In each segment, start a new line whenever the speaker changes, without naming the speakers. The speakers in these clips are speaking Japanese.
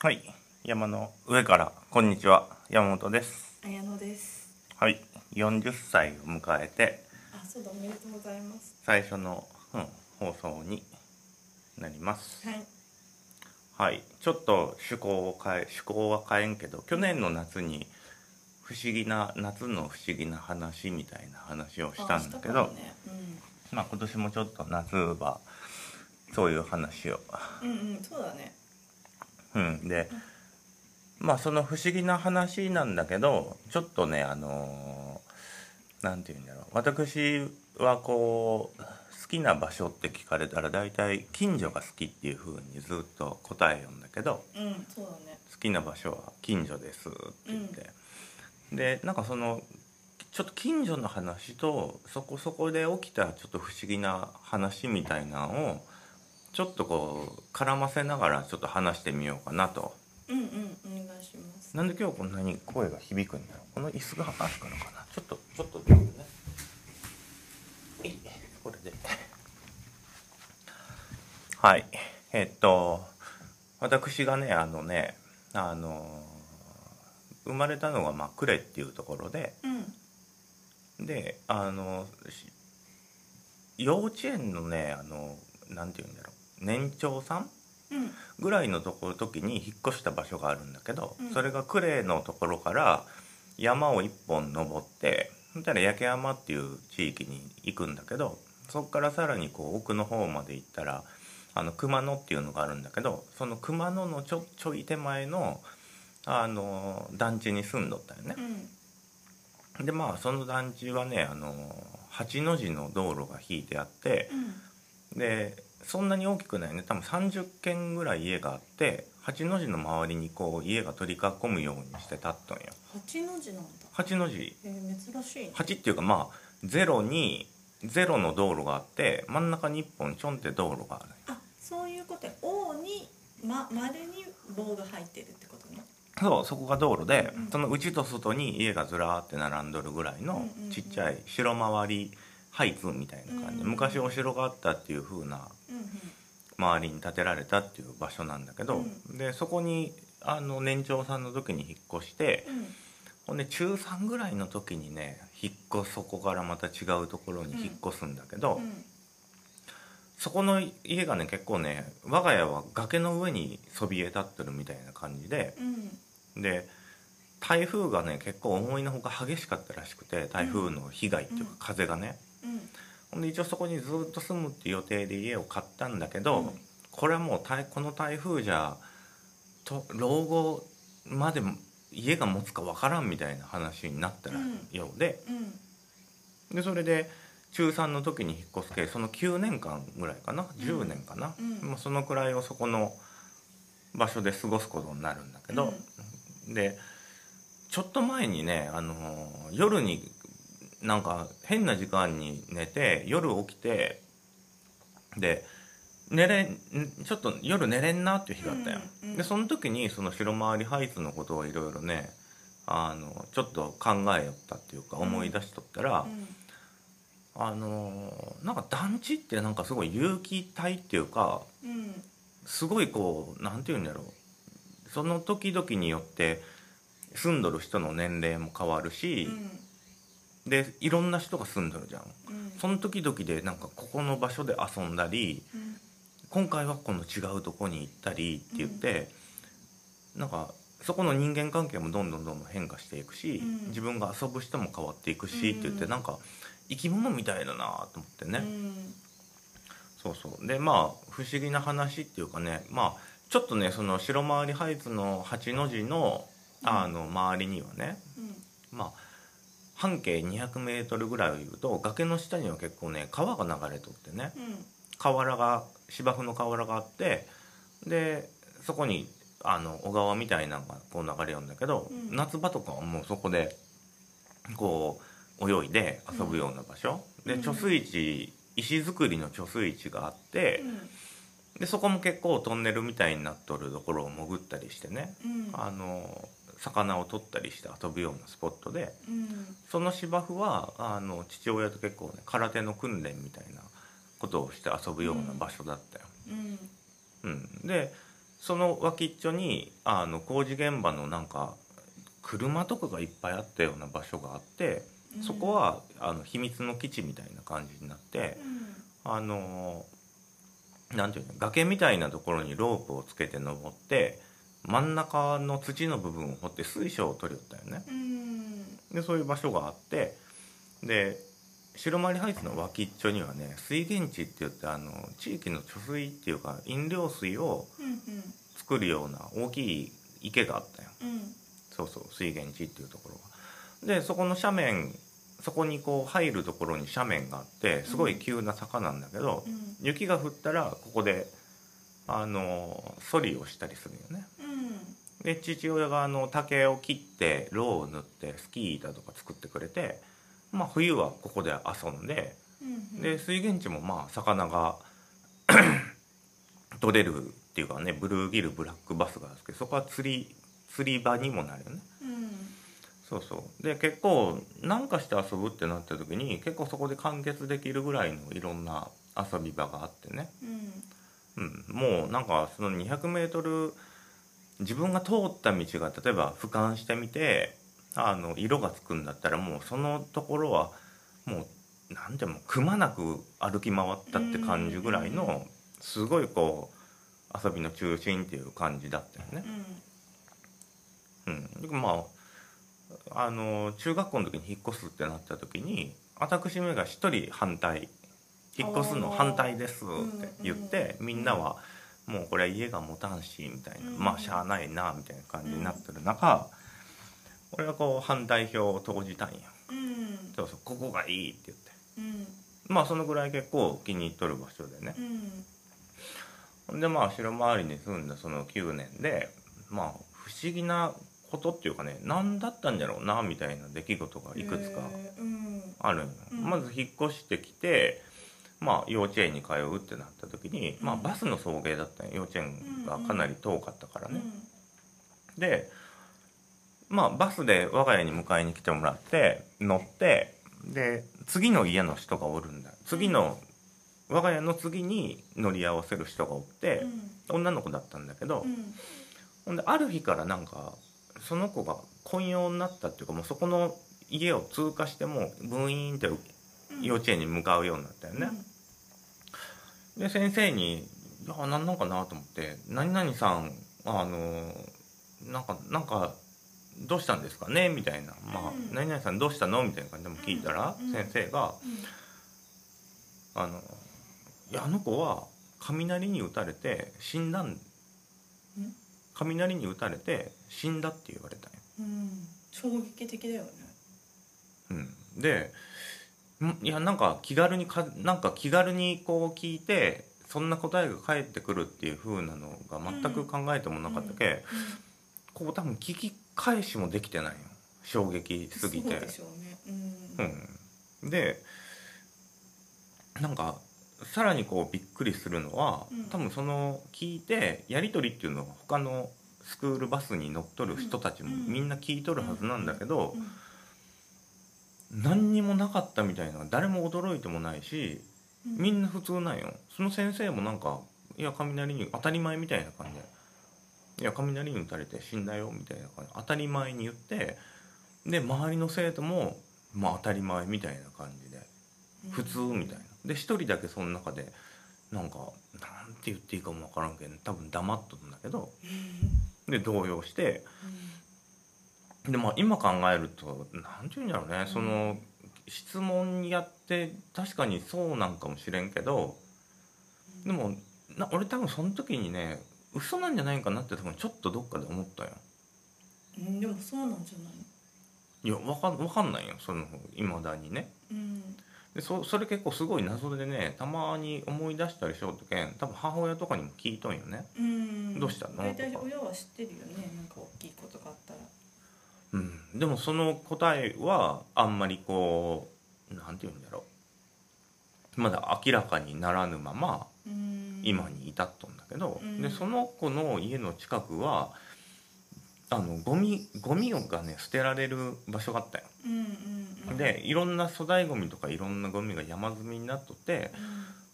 はい。山の上から、こんにちは。山本です。
綾乃です。
はい。40歳を迎えて、
あ、そうだ、おめでとうございます。
最初の、うん、放送になります。
はい。
はい。ちょっと趣向を変え、趣向は変えんけど、去年の夏に、不思議な、夏の不思議な話みたいな話をしたんだけ
あ
ど、
しね
まあ今年もちょっと夏は、そういう話を
うん、うんうん、そうだね。
うん、でまあその不思議な話なんだけどちょっとねあのーなんて言うんだろう私はこう好きな場所って聞かれたら大体近所が好きっていう風にずっと答えるんだけど
うん、そうだね。
好きな場所は近所ですって言って、でなんかそのちょっと近所の話とそこそこで起きたちょっと不思議な話みたいなのをちょっとこう絡ませながらちょっと話してみようかなと
うん、うん、お願いします。
なんで今日こんなに声が響くんだろうこの椅子があるからかなちょっとちょっとですねえいこれではいえっと私がねあのねあの生まれたのがまあ呉っていうところで
うん、うん、
であのし幼稚園のねあのなんて言うんだろう年長さんぐらいのところ時に引っ越した場所があるんだけど、
うん
それが呉のところから山を一本登ってそしたら焼け山っていう地域に行くんだけどそこからさらにこう奥の方まで行ったらあの熊野っていうのがあるんだけどその熊野のちょちょい手前のあの団地に住んどったよね
う。ん、
でまあその団地はねあの8の字の道路が引いてあって、
うん、
でそんなに大きくないね多分30軒ぐらい家があって8の字の周りにこう家が取り囲むようにして建ったんよ
八の字なんだ。
8の字
えー、珍しいね。
8っていうかまあ0に0の道路があって真ん中に1本ちょんって道路がある
あ、そういうことや。王に、ま、丸に棒が入ってるってことね。
そうそこが道路で、
うん
その内と外に家がずらーって並んどるぐらいの
うんうんうん
ちっちゃい城回り配通みたいな感じ、
うんうん
昔お城があったっていう風な
うん、うん、
周りに建てられたっていう場所なんだけど、
う
でそこにあの年長さんの時に引っ越して
うん、
ほんで中3ぐらいの時にね引っ越すそこからまた違うところに引っ越すんだけど、
うん、
そこの家がね結構ね我が家は崖の上にそびえ立ってるみたいな感じで
うん、
で台風がね結構思いのほか激しかったらしくて台風の被害っていうか
うん
風がね、
うん、
ほんで一応そこにずっと住むっていう予定で家を買ったんだけど、
うん
これはもう台この台風じゃと老後まで家が持つかわからんみたいな話になったらようで,、
うん、
でそれで中3の時に引っ越すけその9年間ぐらいかな10年かな、
うん
まあそのくらいをそこの場所で過ごすことになるんだけど、でちょっと前にね、あのー夜になんか変な時間に寝て夜起きてで寝れんちょっと夜寝れんなっていう日があったよ、
うんうん
でその時にその白回りハイツのことをいろいろねあのちょっと考えよったっていうか
うん
思い出しとったら、
うん、
あのーなんか団地ってなんかすごい有機体っていうか
うん、
すごいこうなんて言うんだろうその時々によって住んどる人の年齢も変わるし
う、ん、
でいろんな人が住んどるじゃん
うん、
その時々でなんかここの場所で遊んだり
うん、
今回はこの違うとこに行ったりって言って、なんかそこの人間関係もどんどんどんどん変化していくし、
うん
自分が遊ぶ人も変わっていくしって言って
うん
なんか生き物みたいだなと思ってね、
うん、
そうそうでまあ不思議な話っていうかねまあちょっとねその白回りハイツの8の字の
うん
あの周りにはね、
うん、
まあ半径200メートルぐらいを言うと崖の下には結構ね川が流れとってね
うん、
河原が芝生の河原があってでそこにあの小川みたいなのがこう流れるんだけど、
うん
夏場とかはもうそこでこう泳いで遊ぶような場所、
うん
で貯水池石造りの貯水池があって、でそこも結構トンネルみたいになっとるところを潜ったりしてね、
うん、うん、
あの魚を取ったりして遊ぶようなスポットで
うん。
その芝生はあの父親と結構ね空手の訓練みたいなことをして遊ぶような場所だったよ。
うん
うん、でその脇っちょにあの工事現場のなんか車とかがいっぱいあったような場所があって
うん
そこ、はあの秘密の基地みたいな感じになって
う
あのなんていうの崖みたいなところにロープをつけて登って真ん中の土の部分を掘って水晶を取り寄ったよね
んうん、
でそういう場所があってで白マリハイツの脇っちょにはね水源地って言ってあの地域の貯水っていうか飲料水を
うんうん
作るような大きい池があったよ
うん
そうそう水源地っていうところがでそこの斜面そこにこう入るところに斜面があってすごい急な坂なんだけど、
うん
雪が降ったらここであのソリをしたりするよね
うん
で父親があの竹を切ってろうを塗ってスキー板とか作ってくれて、まあ、冬はここで遊んで
うん
で水源地もまあ魚が 取れるっていうかねブルーギルブラックバスがあるんですけどそこは釣り釣り場にもなるよね
うん
そうそうで結構何かして遊ぶってなった時に結構そこで完結できるぐらいのいろんな遊び場があってね
うん
うん、もうなんかその 200m 自分が通った道が例えば俯瞰してみてあの色がつくんだったらもうそのところはもう何でもくまなく歩き回ったって感じぐらいのすごいこう遊びの中心っていう感じだったよね。うん、でまああの中学校の時に引っ越すってなった時に私めが一人反対引っ越すの反対ですって言って、
うん
みんなはもうこれは家が持たんしみたいな、
うん
まあしゃあないなみたいな感じになってる中、俺はこう反対票を投じたんや
うん
そうそうここがいいって言って
うん
まあそのぐらい結構気に入っとる場所でね、
うん
ほんでまあ城回りに住んだその9年でまあ不思議なことっていうかね何だったんだろうなみたいな出来事がいくつか
へーうん
あるんよ、
うん
まず引っ越してきてまあ幼稚園に通うってなった時に、まあ、
うん
バスの送迎だったんよ幼稚園がかなり遠かったからね、でまあバスで我が家に迎えに来てもらって乗ってで次の家の人がおるんだ次の、我が家の次に乗り合わせる人がおって、
うん
女の子だったんだけど、
うん
ほんである日からなんかその子が婚用になったっていうかもうそこの家を通過してもうブイーンって
うん
幼稚園に向かうようになったよね、で先生に「いや何なんかな?」と思って「何々さんあのなんかなんかどうしたんですかね?」みたいな「まあ、
うん
何々さんどうしたの?」みたいな感じでも聞いたら、
うん
先生が
う
「
ん
あのいやあの子は雷に打たれて死んだん
うん
雷に打たれて死んだ」って言われたんよ
うん衝撃的だよね
うん、でんいやなんか気軽にかなんか気軽にこう聞いてそんな答えが返ってくるっていう風なのが全く考えてもなかったけ、ここ多分聞き返しもできてないよ衝撃
うん
すぎ
そう
て
でしょうねうん
うん、でなんかさらにこうびっくりするのは、
うん
多分その聞いてやり取りっていうのは他のスクールバスに乗っとる人たちも
うん
みんな聞いとるはずなんだけど、
うん
何にもなかったみたいな誰も驚いてもないし
うん
みんな普通なんよその先生もなんか「いや雷に当たり前」みたいな感じで「いや雷に打たれて死んだよ」みたいな感じ当たり前に言ってで周りの生徒も「まあ当たり前」みたいな感じで普通みたいなで一人だけその中でなんかなんて言っていいかも分からんけど多分黙っとるんだけどで動揺してでまあ今考えると何て言うんだろうね、その質問やって確かにそうなんかもしれんけどでもな俺多分その時にね嘘なんじゃないかなって多分ちょっとどっかで思ったよ
うんうんでもそうなんじゃない
いやわかんわかんないよそのいまだにね
うん
でそそれ結構すごい謎でねたまに思い出したりしようとけん多分母親とかにも聞いとんよね
うん
どうしたの
大体
とか
親は知ってるよねなんか大きいことがあったら
うんでもその答えはあんまりこう何て言うんだろうまだ明らかにならぬまま
うん
今に至っとんだけど、
うん
でその子の家の近くはあのゴミゴミがね捨てられる場所があったよ、
うんうんうん
でいろんな粗大ゴミとかいろんなゴミが山積みになっとって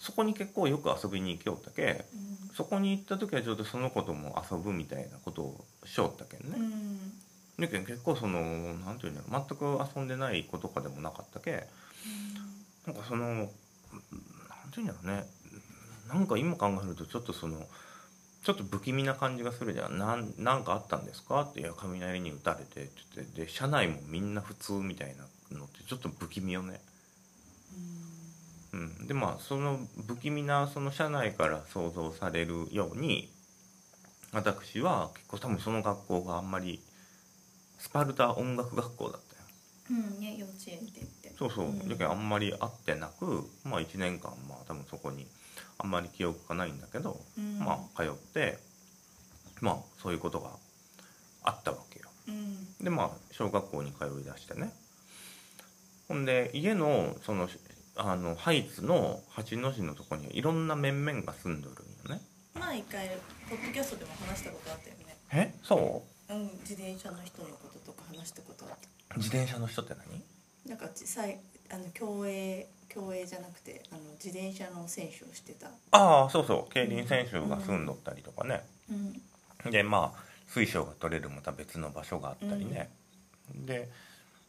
そこに結構よく遊びに行きよったけ
うん
そこに行った時はちょっとその子とも遊ぶみたいなことをしよったけんね、
うん
だけど結構そのなんていうんだろう全く遊んでない子とかでもなかったけなんかそのなんていうんだろうねなんか今考えるとちょっとそのちょっと不気味な感じがするじゃん「なんなんかあったんですか?」って「いや雷に打たれて」って言ってで車内もみんな普通みたいなのってちょっと不気味よね。うん、でまあその不気味なその社内から想像されるように私は結構多分その学校があんまりスパルタ音楽学校だったよ
うんうんね幼稚園って言って
そうそう、
うん
だけどあんまり会ってなくまあ1年間まあ多分そこにあんまり記憶がないんだけど、
うん
まあ通ってまあそういうことがあったわけよ
うん
でまあ小学校に通い出してねほんで家のそのあのハイツの八の字のとこにいろんな面々が住んどるんよね
前一回ポッドキャストでも話したことあったよね
えそ
うん自転車の人のこととか話したことあった
う自転車の人って何
なんか小さいあの競泳競泳じゃなくてあの自転車の選手をしてた
ああそうそう競輪選手が住んどったりとかね、
うん
でまあ水晶が取れるまた別の場所があったりね、で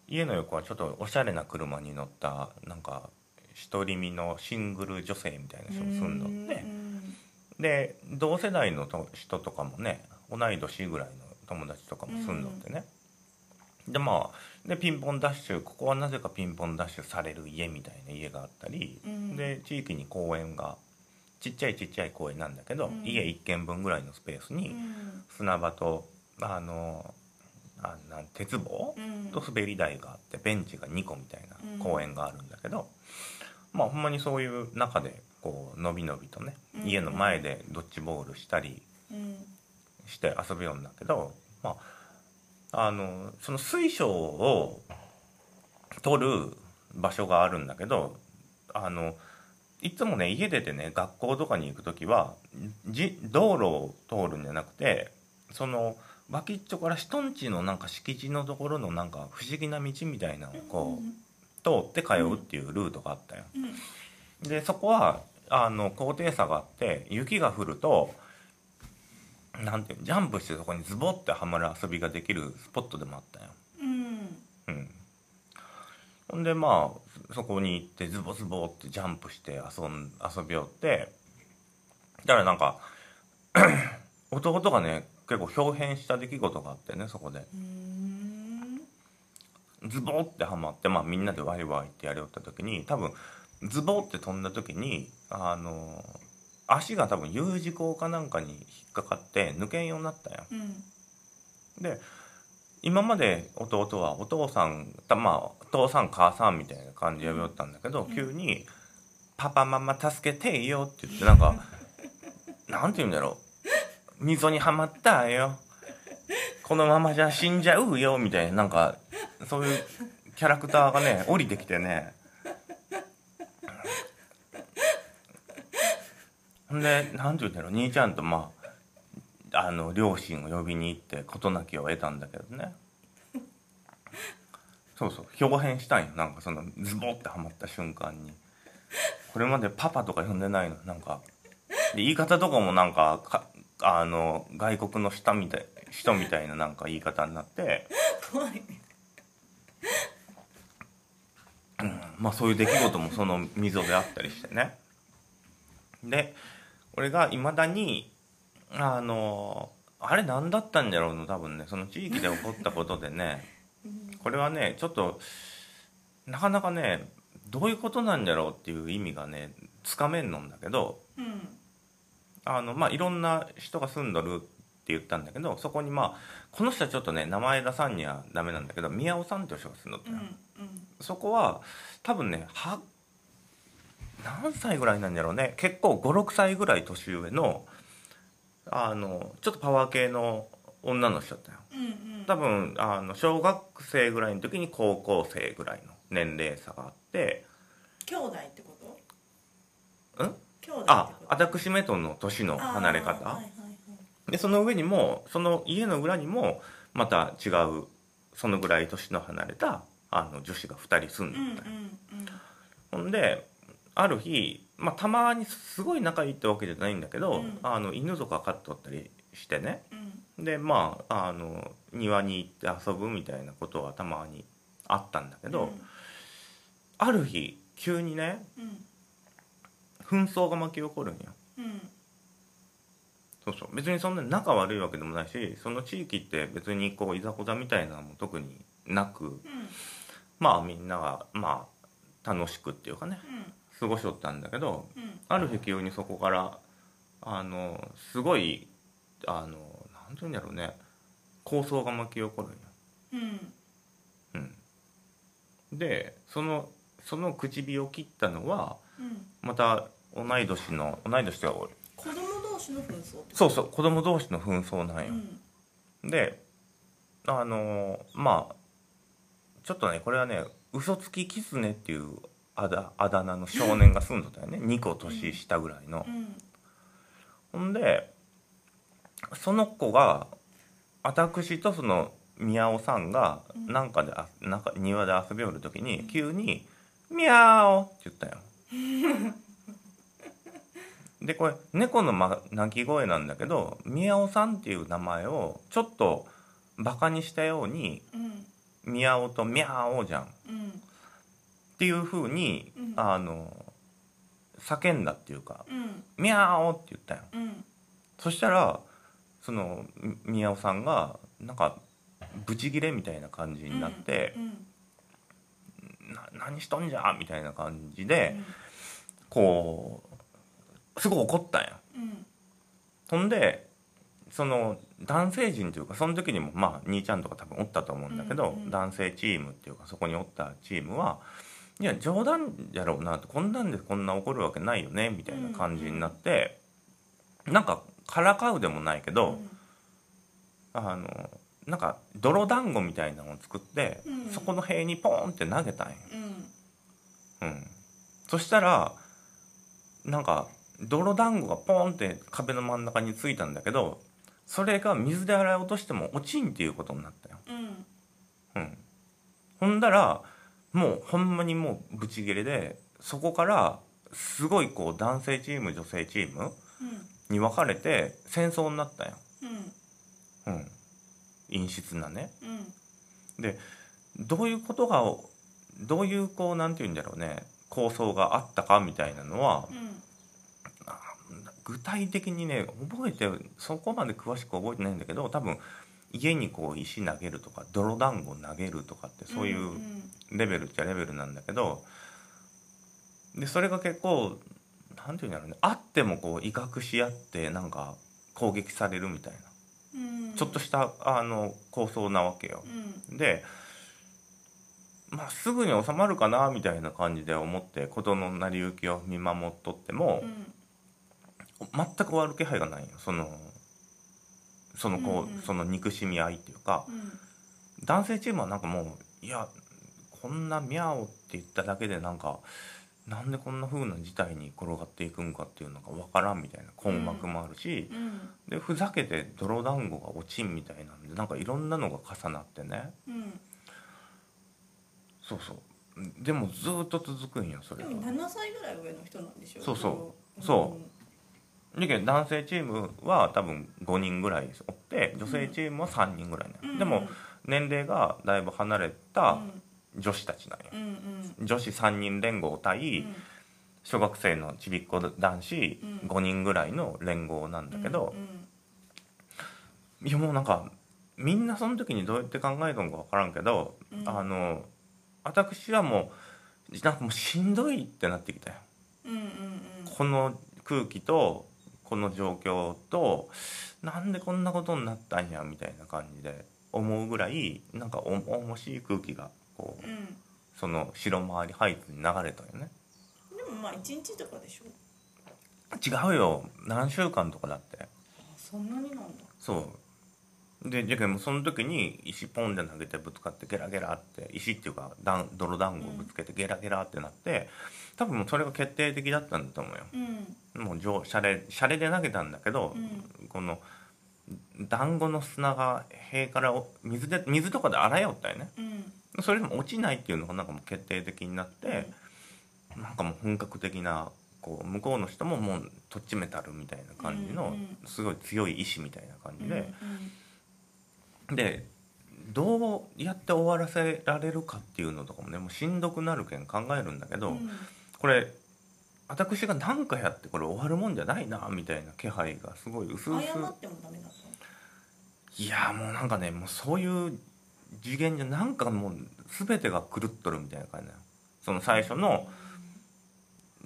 家の横はちょっとおしゃれな車に乗ったなんか独り身のシングル女性みたいな人も住んどって、
うん
で同世代のと人とかもね同い年ぐらいの友達とかも住んどってね、でまあでピンポンダッシュここはなぜかピンポンダッシュされる家みたいな家があったり、
うん
で地域に公園がちっちゃいちっちゃい公園なんだけど、
うん
家1軒分ぐらいのスペース
う
に
ん
砂場とあのあなん鉄棒、
うん
と滑り台があってベンチが2個みたい
うん
な公園があるんだけど、まあほんまにそういう中でこうのびのびとね
うん
家の前でドッジボールしたり
うん
して遊ぶようんだけど、まあ、あのその水晶を取る場所があるんだけどあのいつもね家出てね学校とかに行く時はじ道路を通るんじゃなくてその脇っちょから人んちのなんか敷地のところのなんか不思議な道みたいなのをこう通って通うっていうルートがあったよ。
うんうん
でそこはあの高低差があって雪が降るとなんていうのジャンプしてそこにズボッてはまる遊びができるスポットでもあったよ。
うん
うん、ほんでまあそこに行ってズボズボってジャンプして遊ん遊びよってだからなんか 弟がね結構豹変した出来事があってねそこで
うーん
ズボってはまって、まあ、みんなでワイワイってやりよった時に多分ズボって飛んだ時にあの足が多分 U 字工かなんかに引っかかって抜けんようになったんよ。
うん
で今まで弟はお父さんたまあ父さん母さんみたいな感じで呼びよったんだけど、
うん
急に「パパママ助けてよ」って言ってなん かなんて言うんだろう溝にはまったよこのままじゃ死んじゃうよみたいななんかそういうキャラクターがね降りてきてねほんでなんて言うんだろう兄ちゃんとまああの両親を呼びに行って事なきを得たんだけどねそうそう表変したんよなんかそのズボってはまった瞬間にこれまでパパとか呼んでないのなんかで言い方とかもなんかかあの外国の下みたい人みたいななんか言い方になって、
怖いね
うんまあそういう出来事もその溝であったりしてねで俺がいまだにあのあれ何だったんだろうの多分ねその地域で起こったことでね
うん
これはねちょっとなかなかねどういうことなんだろうっていう意味がねつかめんのんだけど
うん
あのまあいろんな人が住んどるって言ったんだけどそこにまあこの人はちょっとね名前出さんにはダメなんだけど宮尾さんっていう人が住んどった
う
よ、
んうん
そこは多分ねは何歳ぐらいなんだろうね結構56歳ぐらい年上のあのちょっとパワー系の女の人だったよ
うんうん
多分あの小学生ぐらいの時に高校生ぐらいの年齢差があって
兄弟ってこと
ん
兄弟ってこと
あ私めとの年の離れ
あー
方
はいはいはい
でその上にもその家の裏にもまた違うそのぐらい年の離れたあの女子が2人住ん
うんうん
でたよ、
うん
ほんである日、まあ、たまにすごい仲いいってわけじゃないんだけど、
うん
あの犬とか飼っとったりしてね
うん
でまああの庭に行って遊ぶみたいなことはたまにあったんだけど、ある日急にね
うん
紛争が巻き起こるんよ
うん
そうそう別にそんな仲悪いわけでもないしその地域って別にこういざこざみたいなのも特になく
うん
まあみんながまあ楽しくっていうかね
うん
過ごしとったんだけど
うん
ある日急にそこからあのすごいあのなんて言うんだろうね抗争が巻き起こるんよ
うん
うん、でそのその口火を切ったのは
うん
また同い年の同い年が
子供同士の紛争って
そうそう子供同士の紛争なんよ
う、ん
であのーまあちょっとねこれはね嘘つき狐っていうあだあだ名の少年が住んどったよね2個年下ぐらいの
う、ん
ほんでその子が私とその宮尾さんが
うん
なんかであなんか庭で遊びおる時
う
に
ん
急に「ミャーオ!」って言ったよ でこれ猫の、ま、鳴き声なんだけど宮尾さんっていう名前をちょっとバカにしたように
うん
「宮尾」と「ミャーオ」じゃんっ
うん
ていうふうに、
うん
あの叫んだっていうか
うん
「ミャーオ!」って言ったよ
うん
そしたらそのみ宮尾さんがなんかブチギレみたいな感じになって
う、ん
な何しとんじゃみたいな感じで、こうすごい怒ったんや
うん
ほんでその男性陣というかその時にもまあ兄ちゃんとか多分おったと思うんだけど、
うんうん
男性チームっていうかそこにおったチームはいや冗談やろうなとこんなんでこんな怒るわけないよねみたいな感じになって、なんかからかうでもないけど、あのなんか泥団子みたいなのを作って、
うん
そこの塀にポーンって投げたんよ、
うん
うん、そしたらなんか泥団子がポーンって壁の真ん中についたんだけどそれが水で洗い落としても落ちんっていうことになったよ、
うん
うん、ほんだらもうほんまにもうブチギレでそこからすごいこう男性チーム女性チーム
うん
に分かれて戦争になったよ、
うん
うん、陰湿なね
うん
どういうことがどういうこうなんて言うんだろうね構想があったかみたいなのは
うん
具体的にね覚えてそこまで詳しく覚えてないんだけど多分家にこう石投げるとか泥団子投げるとかってそうい
ん
う
うん
レベルっちゃレベルなんだけどでそれが結構なんて言うんだろうねあってもこう威嚇し合ってなんか攻撃されるみたいな
うん
ちょっとしたあの構想なわけよ。
うん
で、まあ、すぐに収まるかなみたいな感じで思って事の成り行きを見守っとっても
う、ん
全く終わる気配がないよそのそのこう、
うんうん
その憎しみ合いっていうか
うん
男性チームはなんかもういやこんな「ミャオ」って言っただけでなんかなんでこんな風な事態に転がっていくんかっていうのが分からんみたいな困惑もあるし、
うん
でふざけて泥団子が落ちんみたいなんでなんかいろんなのが重なってね。
うん
そうそうでもずーっと続くんよそれ
で
が
も7歳ぐらい上の人なんでしょ
そうそ
うん
そだけど男性チームは多分5人ぐらいおって女性チームは3人ぐらいな
うんん
よでも年齢がだいぶ離れ
う
た
ん
女子たちなんよ
うんうん
女子3人連合対小学生のちびっこ男子
うん
5人ぐらいの連合なんだけど
うん
いやもうなんかみんなその時にどうやって考えたのか分からんけど
うん
あの私はもうなんかもうしんどいってなってきたよ
うんうん
この空気とこの状況となんでこんなことになったんやみたいな感じで思うぐらいなんか重しい空気がこう
うんうん
その白回りハイツに流れたよね
でもまあ一日とかでしょ
違うよ何週間とかだって
あそんなになんだ
そうでじゃけどもうその時に石ポンで投げてぶつかってゲラゲラって石っていうかだん泥団子をぶつけてゲラゲラってなって多分もうそれが決定的だったんだと思うよ
うん
もうじょシャレシャレで投げたんだけど、
う
この団子の砂が塀からお水で水とかで洗いよったよね
うん
それでも落ちないっていうのがなんかもう決定的になって、なんかもう本格的なこう向こうの人ももうとっちめたるみたいな感じ
う
の
ん
すごい強い意志みたいな感
う
じ
ん
で、でどうやって終わらせられるかっていうのとかもねもうしんどくなるけん考えるんだけど、
うんうん
これ私が何かやってこれ終わるもんじゃないなみたいな気配がすごい薄々
謝ってもダメだっ
いやもうなんかねもうそういう次元じゃなんかもう全てが狂っとるみたいな感じだよその最初の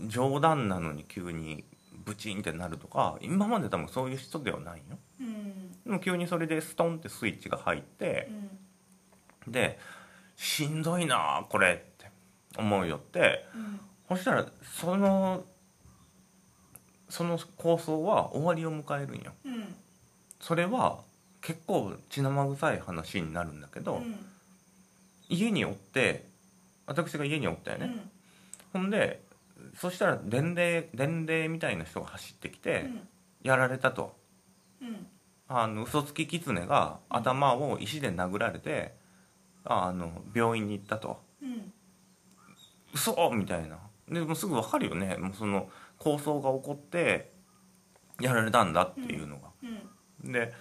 冗談なのに急にブチンってなるとか今まで多分そういう人ではないよ
たのうん
でも急にそれでストンってスイッチが入って
うん
でしんどいなあこれって思うよって
うん
そしたらそのその構想は終わりを迎えるんよ
うん
それは結構血生臭い話になるんだけど、
うん
家におって私が家におったよね、ほんでそしたら伝令伝令みたいな人が走ってきて、やられたと
うんうん
あの嘘つき狐が頭を石で殴られてあの病院に行ったと
うん
嘘みたいなでもうすぐ分かるよねもうその抗争が起こってやられたんだっていうのが、
うん
で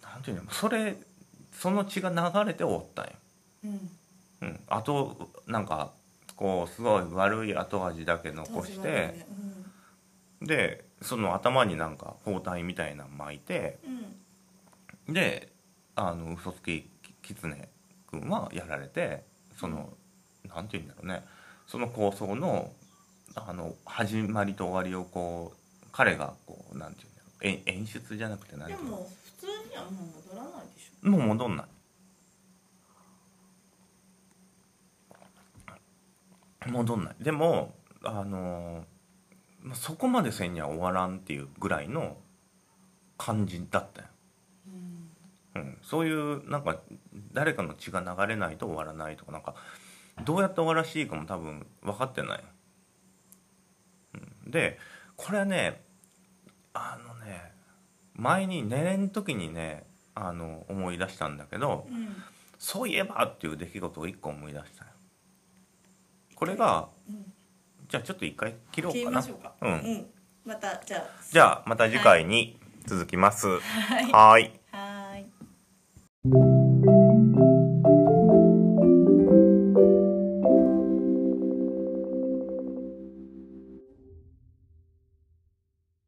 なんていうのそれその血が流れておったんよ
うん
うん、あとなんかこうすごい悪い後味だけ残して、
立場だよねうん
でその頭になんか包帯みたいなの巻いて
うん
であの嘘つき狐くんはやられてその、なんて言うんだろうねその構想のあの始まりと終わりをこう彼がこうなんて言うんだろうえ演出じゃなくてなんて
で
言うの
も普通にはもう戻らないでし
もう戻んない戻んないでもあのーまあそこまでせんには終わらんっていうぐらいの感じだったよ、
ょうん
うん、そういうなんか誰かの血が流れないと終わらないとかなんかどうやって終わらしていいかも多分分かってない、うん、でこれねあのね前に寝れん時にねあの思い出したんだけど、
うん
そういえばっていう出来事を一個思い出したよこれが
うん
じゃあちょっと一回切ろ
消
う
え
か
ま
な
しょうか
うん
またじゃあ
じゃあまた次回に続きます、はーい